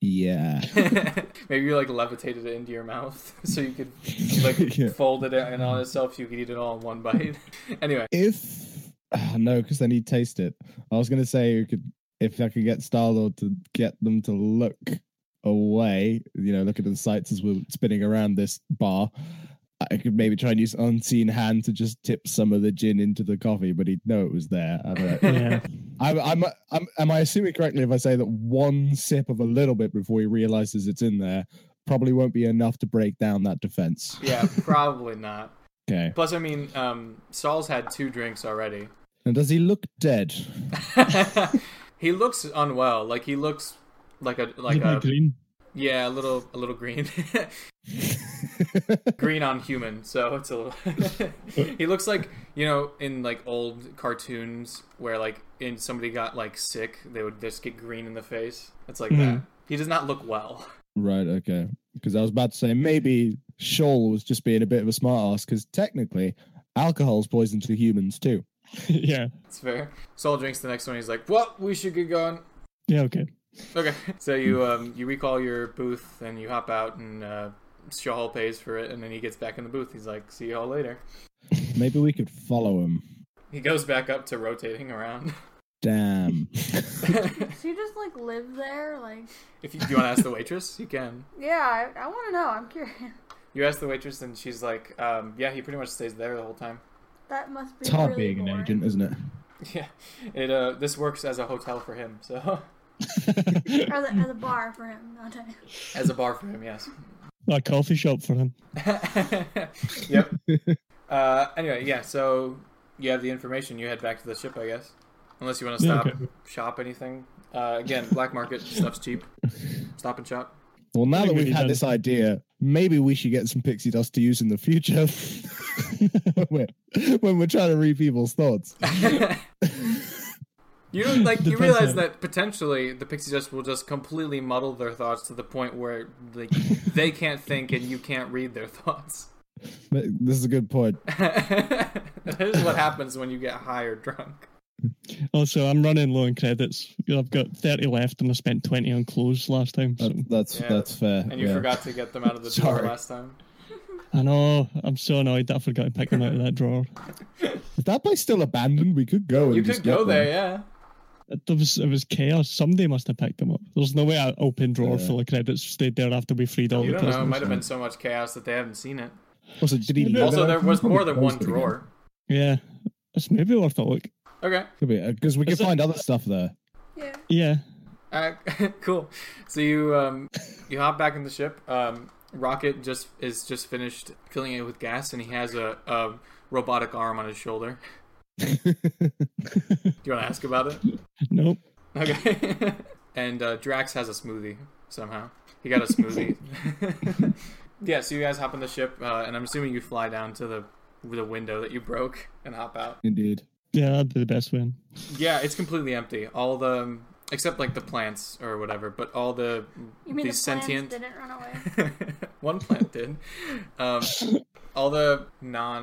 Speaker 4: Yeah.
Speaker 2: Maybe you like levitated it into your mouth so you could like
Speaker 4: Yeah.
Speaker 2: fold it in on itself. You could eat it all in one bite. anyway,
Speaker 4: If ah, no, because then he'd taste it. I was gonna say you could if I could get Star Lord to get them to look away, you know, look at the sights as we're spinning around this bar. I could maybe try and use unseen hand to just tip some of the gin into the coffee, but he'd know it was there. I don't know.
Speaker 3: Yeah.
Speaker 4: I'm, I'm, I'm, am I assuming correctly if I say that one sip of a little bit before he realizes it's in there probably won't be enough to break down that defense?
Speaker 2: yeah, probably not.
Speaker 4: Okay.
Speaker 2: Plus, I mean, um, Saul's had two drinks already.
Speaker 4: And does he look dead?
Speaker 2: he looks unwell. Like he looks like a like
Speaker 3: Isn't it
Speaker 2: a
Speaker 3: green.
Speaker 2: yeah, a little a little green, green on human. So it's a little. he looks like you know in like old cartoons where like in somebody got like sick, they would just get green in the face. It's like that. He does not look well.
Speaker 4: Right, okay. Because I was about to say maybe Shoal was just being a bit of a smart ass because technically alcohol's poison to humans too.
Speaker 3: yeah.
Speaker 2: It's fair. Saul drinks the next one. He's like, "Well, we should get going."
Speaker 3: Yeah. Okay.
Speaker 2: Okay, so you um, you recall your booth and you hop out and uh, Shahal pays for it, and then he gets back in the booth. He's like, "See y'all later."
Speaker 4: Maybe we could follow him.
Speaker 2: He goes back up to rotating around.
Speaker 4: Damn.
Speaker 1: So you just like live there, like
Speaker 2: if you, do you want to ask the waitress, you can.
Speaker 1: yeah. I, I want to know. I'm curious.
Speaker 2: You ask the waitress, and she's like, um, "Yeah, he pretty much stays there the whole time."
Speaker 1: That must be.
Speaker 4: it's hard
Speaker 1: really
Speaker 4: being an
Speaker 1: boring.
Speaker 4: agent, isn't it?
Speaker 2: Yeah, it uh, this works as a hotel for him, so
Speaker 1: Or the, or the bar for him. I'll tell you.
Speaker 2: as a bar for him, yes.
Speaker 3: A coffee shop for him.
Speaker 2: yep. Uh, anyway, yeah. So you have the information. You head back to the ship, I guess. Unless you want to
Speaker 3: Yeah,
Speaker 2: stop,
Speaker 3: okay.
Speaker 2: shop anything. Uh, again, black market stuff's cheap. Stop and shop.
Speaker 4: Well, now
Speaker 3: I
Speaker 4: that
Speaker 3: think we
Speaker 4: we've
Speaker 3: need
Speaker 4: had
Speaker 3: that.
Speaker 4: this idea, maybe we should get some pixie dust to use in the future when, we're, when we're trying to read people's thoughts.
Speaker 2: You don't like. You
Speaker 3: Depends
Speaker 2: realize
Speaker 3: on-
Speaker 2: that potentially the pixie dust will just completely muddle their thoughts to the point where like they can't think and you can't read their thoughts.
Speaker 4: But this is a good point. Uh,
Speaker 2: that is what happens when you get high or drunk.
Speaker 3: Also, I'm running low on credits. I've got 30 left, and I spent 20 on clothes last time. So.
Speaker 4: That, that's
Speaker 2: Yeah.
Speaker 4: that's fair.
Speaker 2: And you
Speaker 4: yeah.
Speaker 2: forgot to get them out of the drawer
Speaker 4: Sorry.
Speaker 2: last time.
Speaker 3: I know. I'm so annoyed that I forgot to pick them out of that drawer.
Speaker 4: Is that place still abandoned? We could go. And
Speaker 2: You
Speaker 4: just
Speaker 2: could go
Speaker 4: get
Speaker 2: there,
Speaker 4: them.
Speaker 2: yeah.
Speaker 3: It was it was chaos. Somebody must have picked them up. There's no way an open drawer
Speaker 4: Yeah.
Speaker 3: full of credits stayed there after we freed all
Speaker 2: You
Speaker 3: the
Speaker 2: don't know. It
Speaker 3: prisoners.
Speaker 2: might have been so much chaos that they haven't seen it.
Speaker 4: Also, did he
Speaker 3: Also,
Speaker 4: leave it
Speaker 2: Also,
Speaker 4: open?
Speaker 2: there was
Speaker 4: Probably
Speaker 2: more than one
Speaker 4: closed it again.
Speaker 2: drawer.
Speaker 3: Yeah, it's maybe worth a look.
Speaker 2: Okay.
Speaker 4: Could be because we
Speaker 3: Is
Speaker 4: could
Speaker 3: it-
Speaker 4: find other stuff there.
Speaker 1: Yeah.
Speaker 3: Yeah,
Speaker 2: Uh, cool. So you um, you hop back in the ship. Um, Rocket just is just finished filling it with gas, and he has a, a robotic arm on his shoulder. Do you want to ask about it?
Speaker 3: nope.
Speaker 2: Okay. and uh, Drax has a smoothie somehow. He got a smoothie. yeah. So you guys hop on the ship, uh, and I'm assuming you fly down to the the window that you broke and hop out.
Speaker 4: Indeed.
Speaker 3: Yeah, that'd be the best win.
Speaker 2: Yeah, it's completely empty. All the except like the plants or whatever, but all the
Speaker 1: You mean
Speaker 2: these
Speaker 1: the plants
Speaker 2: sentient
Speaker 1: didn't run away?
Speaker 2: one plant did. Um, all the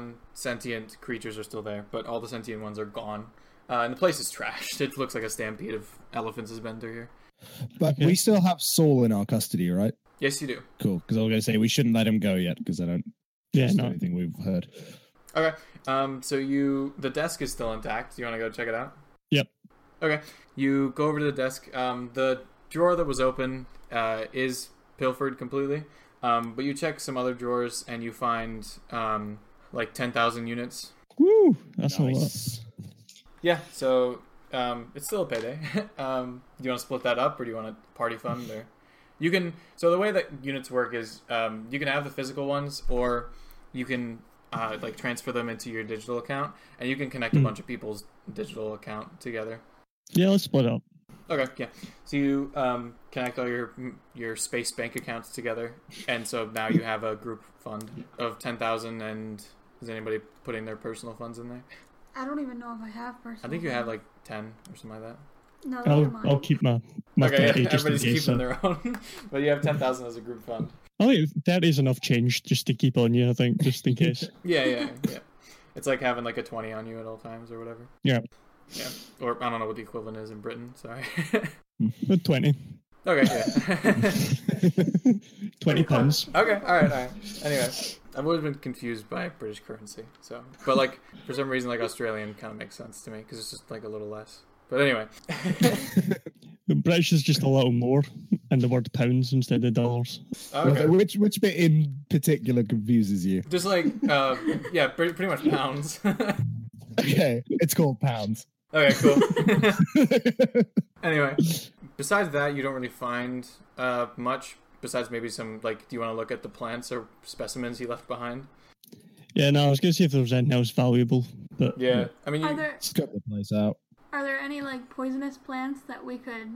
Speaker 2: non-sentient creatures are still there, but all the sentient ones are gone. Uh, and the place is trashed. It looks like a stampede of elephants has been through here.
Speaker 4: But we still have Saul in our custody, right?
Speaker 2: Yes, you do.
Speaker 4: Cool. Because I was going to say we shouldn't let him go yet because I don't
Speaker 3: Yeah,
Speaker 4: trust
Speaker 3: no.
Speaker 4: anything we've heard.
Speaker 2: Okay. Um, so you the desk is still intact. You want to go check it out?
Speaker 3: Yep.
Speaker 2: Okay. You go over to the desk. Um, the drawer that was open uh, is pilfered completely. Um, but you check some other drawers and you find um, like ten thousand units.
Speaker 3: Woo, that's a lot.
Speaker 4: Nice.
Speaker 2: Yeah. So um, it's still a payday. um, do you want to split that up, or do you want to party fund? Or you can. So the way that units work is um, you can have the physical ones, or you can uh, like transfer them into your digital account, and you can connect a bunch of people's digital account together.
Speaker 3: Yeah, let's split up.
Speaker 2: Okay, yeah. So you um, connect all your your space bank accounts together, and so now you have a group fund of ten thousand. And is anybody putting their personal funds in there?
Speaker 1: I don't even know if I have personal.
Speaker 2: I think you have like ten or something like that.
Speaker 1: No, those are
Speaker 3: I'll,
Speaker 1: mine.
Speaker 3: I'll keep my, my
Speaker 2: okay,
Speaker 3: 30 just in
Speaker 2: everybody's keeping
Speaker 3: case. I,
Speaker 2: their own, but you have ten thousand as a group fund.
Speaker 3: I think 30 is enough change just to keep on you, I think, just in case.
Speaker 2: Yeah, yeah, yeah. It's like having like a twenty on you at all times or whatever.
Speaker 3: Yeah.
Speaker 2: Yeah. Or I don't know what the equivalent is in Britain. Sorry.
Speaker 3: But 20.
Speaker 2: okay. Yeah.
Speaker 3: 20 pounds.
Speaker 2: Okay, all right, all right. Anyway, I've always been confused by British currency. So, but like for some reason, like Australian kind of makes sense to me because it's just like a little less. But anyway,
Speaker 3: The British is just a little more, and the word pounds instead of dollars.
Speaker 2: okay.
Speaker 4: Which which bit in particular confuses you?
Speaker 2: Just like uh, yeah, pretty, pretty much pounds.
Speaker 4: Okay, it's called pounds.
Speaker 2: okay, cool. anyway, besides that, you don't really find uh, much. Besides maybe some like, do you want to look at the plants or specimens he left behind?
Speaker 3: Yeah, no, I was going to see if there was anything else valuable. But
Speaker 2: Yeah, I mean,
Speaker 1: Are
Speaker 2: you,
Speaker 1: there
Speaker 4: Scope the place out.
Speaker 1: are there any like poisonous plants that we could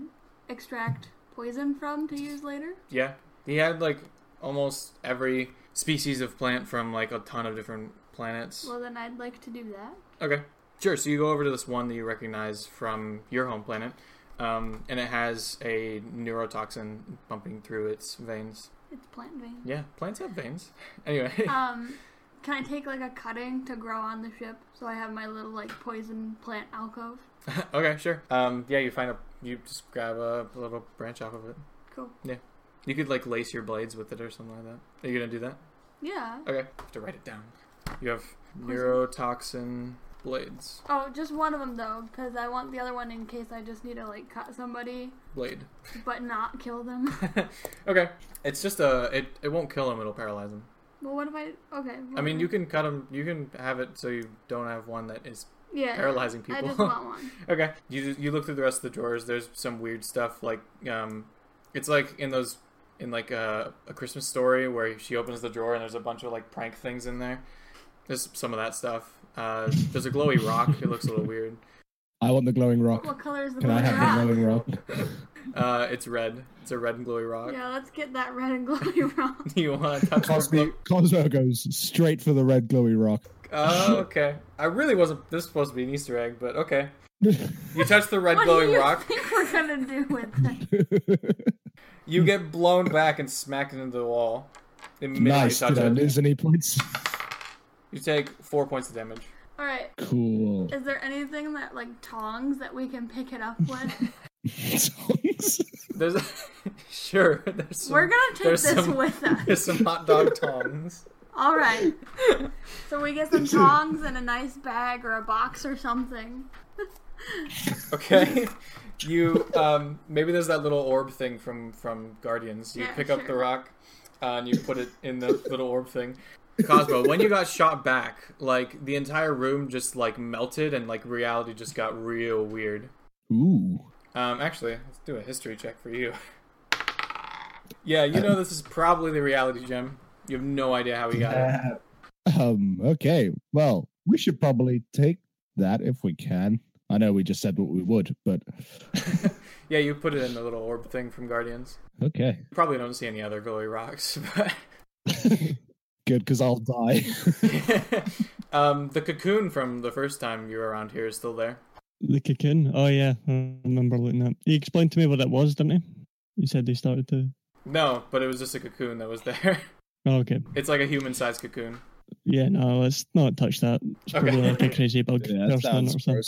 Speaker 1: extract poison from to use later?
Speaker 2: Yeah. He had like almost every species of plant from like a ton of different planets.
Speaker 1: Well, then I'd like to do that.
Speaker 2: Okay. Sure. So you go over to this one that you recognize from your home planet, um, and it has a neurotoxin pumping through its veins.
Speaker 1: It's plant vein.
Speaker 2: Yeah, plants have veins. Anyway.
Speaker 1: Um, can I take like a cutting to grow on the ship so I have my little like poison plant alcove?
Speaker 2: okay, sure. Um, yeah, you find a, you just grab a little branch off of it.
Speaker 1: Cool.
Speaker 2: You could like lace your blades with it or something like that. Are you gonna do that?
Speaker 1: Yeah.
Speaker 2: Okay. Have to write it down. You have neurotoxin blades.
Speaker 1: Oh, just one of them though, because I want the other one in case I just need to like cut somebody,
Speaker 2: Blade.
Speaker 1: but not kill them.
Speaker 2: okay. It's just a. It, it won't kill him. It'll paralyze him.
Speaker 1: well, what if I? Okay.
Speaker 2: I mean, you
Speaker 1: whatever.
Speaker 2: can cut him. You can have it so you don't have one that is
Speaker 1: Yeah.
Speaker 2: paralyzing
Speaker 1: I
Speaker 2: people.
Speaker 1: just want one.
Speaker 2: okay. You you look through the rest of the drawers. There's some weird stuff like um, it's like in those in like a, a Christmas story where she opens the drawer and there's a bunch of like prank things in there. There's some of that stuff. Uh, there's a glowy rock. It looks a little weird.
Speaker 4: I want the glowing rock.
Speaker 1: What color is the
Speaker 4: Can I
Speaker 1: blue
Speaker 4: have the
Speaker 1: rock?
Speaker 4: glowing rock?
Speaker 2: Uh, it's red. It's a red and glowy rock.
Speaker 1: Yeah, let's get that red and glowy rock.
Speaker 2: Do you want to touch the
Speaker 4: Cosmo, Cosmo goes straight for the red glowy rock.
Speaker 2: Oh, okay. I really wasn't. This was supposed to be an Easter egg, but okay. You touch the red
Speaker 1: What do
Speaker 2: glowing
Speaker 1: you
Speaker 2: rock,
Speaker 1: think we're gonna do with it?
Speaker 2: you get blown back and smacked into the wall. Immediately
Speaker 4: nice.
Speaker 2: touch
Speaker 4: Did I
Speaker 2: it.
Speaker 4: lose any points?
Speaker 2: You take four points of damage.
Speaker 1: All right.
Speaker 4: Cool.
Speaker 1: Is there anything that like tongs that we can pick it up with?
Speaker 4: Songs.
Speaker 2: There's sure. There's some,
Speaker 1: we're gonna take
Speaker 2: there's
Speaker 1: this
Speaker 2: some-
Speaker 1: with us.
Speaker 2: There's some hot dog tongs.
Speaker 1: All right. So we get some tongs and a nice bag or a box or something.
Speaker 2: Okay. You um maybe there's that little orb thing from from Guardians. You
Speaker 1: Yeah,
Speaker 2: pick up the
Speaker 1: sure.
Speaker 2: rock uh, and you put it in the little orb thing. Cosmo, when you got shot back, like the entire room just like melted and like reality just got real weird.
Speaker 4: Ooh.
Speaker 2: Um, actually, let's do a history check for you. Yeah, you know this is probably the reality gem. You have no idea how he got it.
Speaker 4: Um. Okay. Well, we should probably take that if we can. I know we just said what we would, but
Speaker 2: Yeah, you put it in the little orb thing from Guardians.
Speaker 4: okay.
Speaker 2: Probably don't see any other glowy rocks, but
Speaker 4: Good, because I'll die.
Speaker 2: um, the cocoon from the first time you were around here is still there.
Speaker 3: The cocoon. Oh, yeah. I remember looking at He explained to me what it was, didn't he? You said they started to.
Speaker 2: No, but it was just a cocoon that was there.
Speaker 3: Oh, okay.
Speaker 2: It's like a human-sized cocoon.
Speaker 3: Yeah, no, let's not touch that. It's
Speaker 2: Okay.
Speaker 3: probably like a crazy bug person or something.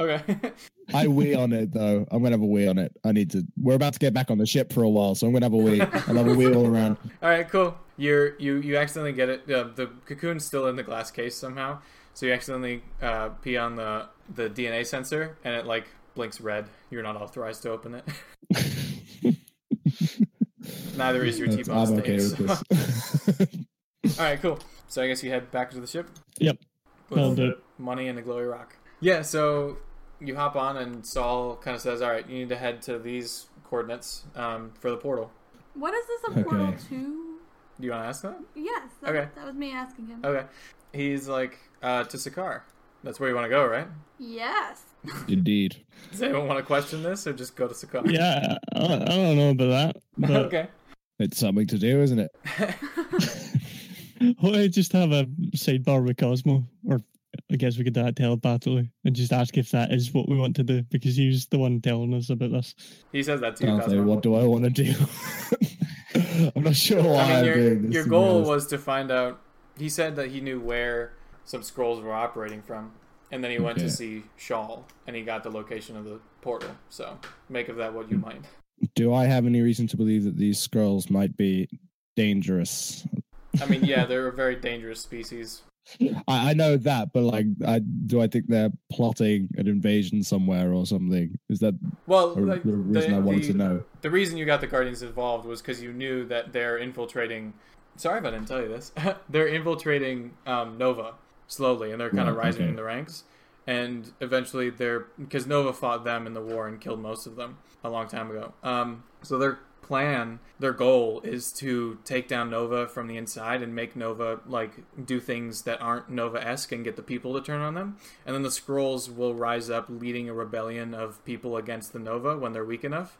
Speaker 2: Okay.
Speaker 4: I wee on it though. I'm gonna have a wee on it. I need to. We're about to get back on the ship for a while, so I'm gonna have a wee. I'll have a wee all around.
Speaker 2: All right, cool. You're you you accidentally get it. Uh, the cocoon's still in the glass case somehow, so you accidentally uh, pee on the the DNA sensor, and it like blinks red. You're not authorized to open it. Neither is your
Speaker 4: That's-
Speaker 2: T-bone
Speaker 4: I'm
Speaker 2: steak.
Speaker 4: okay with
Speaker 2: so-
Speaker 4: this.
Speaker 2: All right, cool. So I guess you head back to the ship.
Speaker 3: Yep.
Speaker 2: With
Speaker 3: I'll do it.
Speaker 2: Money and a glowy rock. Yeah. So you hop on, and Saul kind of says, "All right, you need to head to these coordinates um, for the portal."
Speaker 1: What is this a portal
Speaker 4: Okay.
Speaker 1: to?
Speaker 2: Do you want to ask that?
Speaker 1: Yes. That,
Speaker 2: Okay. Oh.
Speaker 1: that was me asking him.
Speaker 2: Okay. He's like uh, to Sakar. That's where you want to go, right?
Speaker 1: Yes.
Speaker 4: Indeed.
Speaker 2: Does anyone want to question this, or just go to Sakar?
Speaker 3: Yeah, I, I don't know about that. But
Speaker 2: okay.
Speaker 4: It's something to do, isn't it?
Speaker 3: Why don't I just have a sidebar with Cosmo or I guess we could do that telepathically and just ask if that is what we want to do because he was the one telling us about this.
Speaker 2: He says that to you.
Speaker 4: I'll say,
Speaker 2: Cosmo.
Speaker 4: what do I want to do? I'm not sure why
Speaker 2: I mean,
Speaker 4: I'm
Speaker 2: your,
Speaker 4: doing this.
Speaker 2: your
Speaker 4: to be
Speaker 2: goal
Speaker 4: honest.
Speaker 2: was to find out. He said that he knew where some scrolls were operating from, and then he went
Speaker 4: Okay.
Speaker 2: to see Shawl, and he got the location of the portal. So make of that what you might.
Speaker 4: Do I have any reason to believe that these scrolls might be dangerous?
Speaker 2: I mean, yeah, they're a very dangerous species.
Speaker 4: I, I know that, but like, I do I think they're plotting an invasion somewhere or something? Is that
Speaker 2: Well,
Speaker 4: a,
Speaker 2: like,
Speaker 4: the reason
Speaker 2: the,
Speaker 4: I wanted
Speaker 2: the-
Speaker 4: to know?
Speaker 2: the reason you got the Guardians involved was because you knew that they're infiltrating. Sorry if I didn't tell you this. they're infiltrating um, Nova slowly, and they're kind of
Speaker 4: Right,
Speaker 2: rising
Speaker 4: okay.
Speaker 2: in the ranks. And eventually, they're because Nova fought them in the war and killed most of them a long time ago. Um, so their plan, their goal, is to take down Nova from the inside and make Nova like do things that aren't Nova-esque and get the people to turn on them. And then the Scrolls will rise up, leading a rebellion of people against the Nova when they're weak enough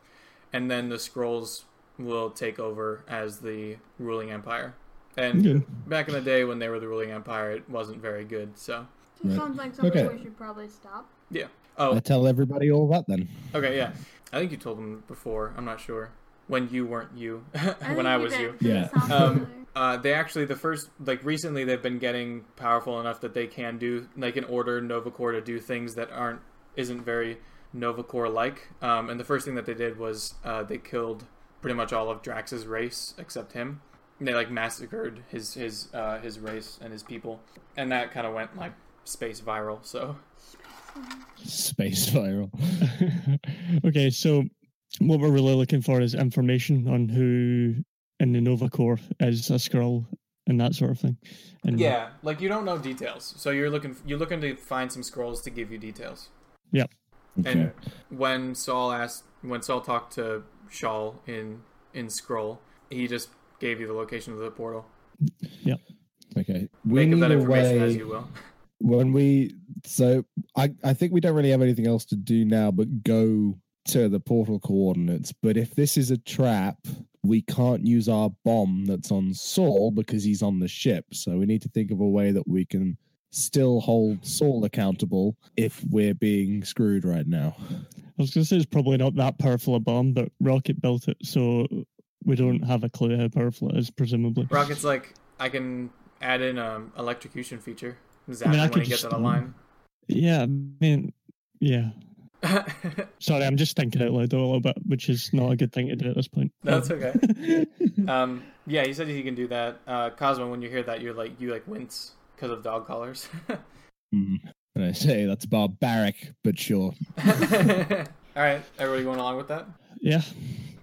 Speaker 2: and then the scrolls will take over as the ruling empire. And
Speaker 3: Good.
Speaker 2: back in the day when they were the ruling empire, it wasn't very good. So
Speaker 1: This
Speaker 4: Right.
Speaker 1: sounds like something
Speaker 4: Okay.
Speaker 1: we should probably stop.
Speaker 2: yeah.
Speaker 4: I
Speaker 2: Oh,
Speaker 4: tell everybody all that then.
Speaker 2: okay, yeah. I think you told them before. I'm not sure when you weren't you, when
Speaker 1: think
Speaker 2: I
Speaker 1: we
Speaker 2: was
Speaker 1: did.
Speaker 2: you.
Speaker 4: Yeah.
Speaker 1: Sounds
Speaker 2: Um,
Speaker 1: familiar.
Speaker 2: Uh, they actually the first like recently they've been getting powerful enough that they can do they can order Novacore to do things that aren't isn't very Novacore like. Um, and the first thing that they did was uh, they killed pretty much all of Drax's race except him. And they like massacred his his uh, his race and his people, and that kind of went like space viral. So
Speaker 4: Space viral.
Speaker 3: okay, so what we're really looking for is information on who in the Nova Corps is a scroll and that sort of thing. And
Speaker 2: yeah, like you don't know details, so you're looking you're looking to find some scrolls to give you details.
Speaker 4: Okay.
Speaker 2: And when Saul asked, when Saul talked to Shawl in in Scroll, he just gave you the location of the portal.
Speaker 4: okay. We
Speaker 2: Make of
Speaker 4: need
Speaker 2: that
Speaker 4: a
Speaker 2: information
Speaker 4: way
Speaker 2: as you will.
Speaker 4: when we. So I I think we don't really have anything else to do now, but go to the portal coordinates. But if this is a trap. We can't use our bomb that's on Saul because he's on the ship. So we need to think of a way that we can still hold Saul accountable if we're being screwed right now.
Speaker 3: I was going to say it's probably not that powerful a bomb, but Rocket built it, so we don't have a clue how powerful it is, presumably.
Speaker 2: Rocket's like, I can add in an electrocution feature. Zap
Speaker 3: I mean, I
Speaker 2: him
Speaker 3: could
Speaker 2: when he gets
Speaker 3: just-
Speaker 2: out of line.
Speaker 3: Yeah, I mean, yeah. Sorry, I'm just thinking out loud a little bit, which is not a good thing to do at this point.
Speaker 2: No, it's okay.
Speaker 3: okay.
Speaker 2: Um, yeah, he said he can do that. Uh, Cosmo, when you hear that, you're like, you like wince because of dog collars.
Speaker 4: Hmm. And I say that's barbaric, but sure.
Speaker 2: All right, everybody going along with that?
Speaker 3: yeah.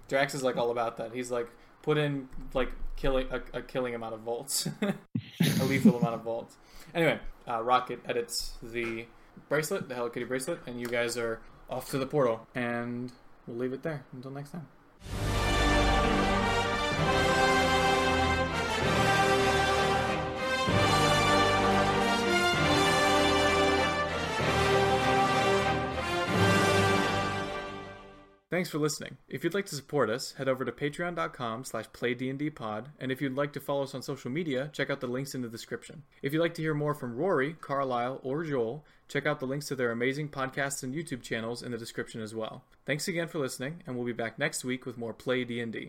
Speaker 2: Drax is like all about that. He's like put in like killing a, a killing amount of volts, a lethal amount of volts. Anyway, uh, Rocket edits the bracelet, the Hello Kitty bracelet, and you guys are off to the portal. And we'll leave it there until next time. Thanks for listening. If you'd like to support us, head over to patreon.com slash playdndpod, and if you'd like to follow us on social media, check out the links in the description. If you'd like to hear more from Rory, Carlisle, or Joel, check out the links to their amazing podcasts and YouTube channels in the description as well. Thanks again for listening, and we'll be back next week with more Play D&D.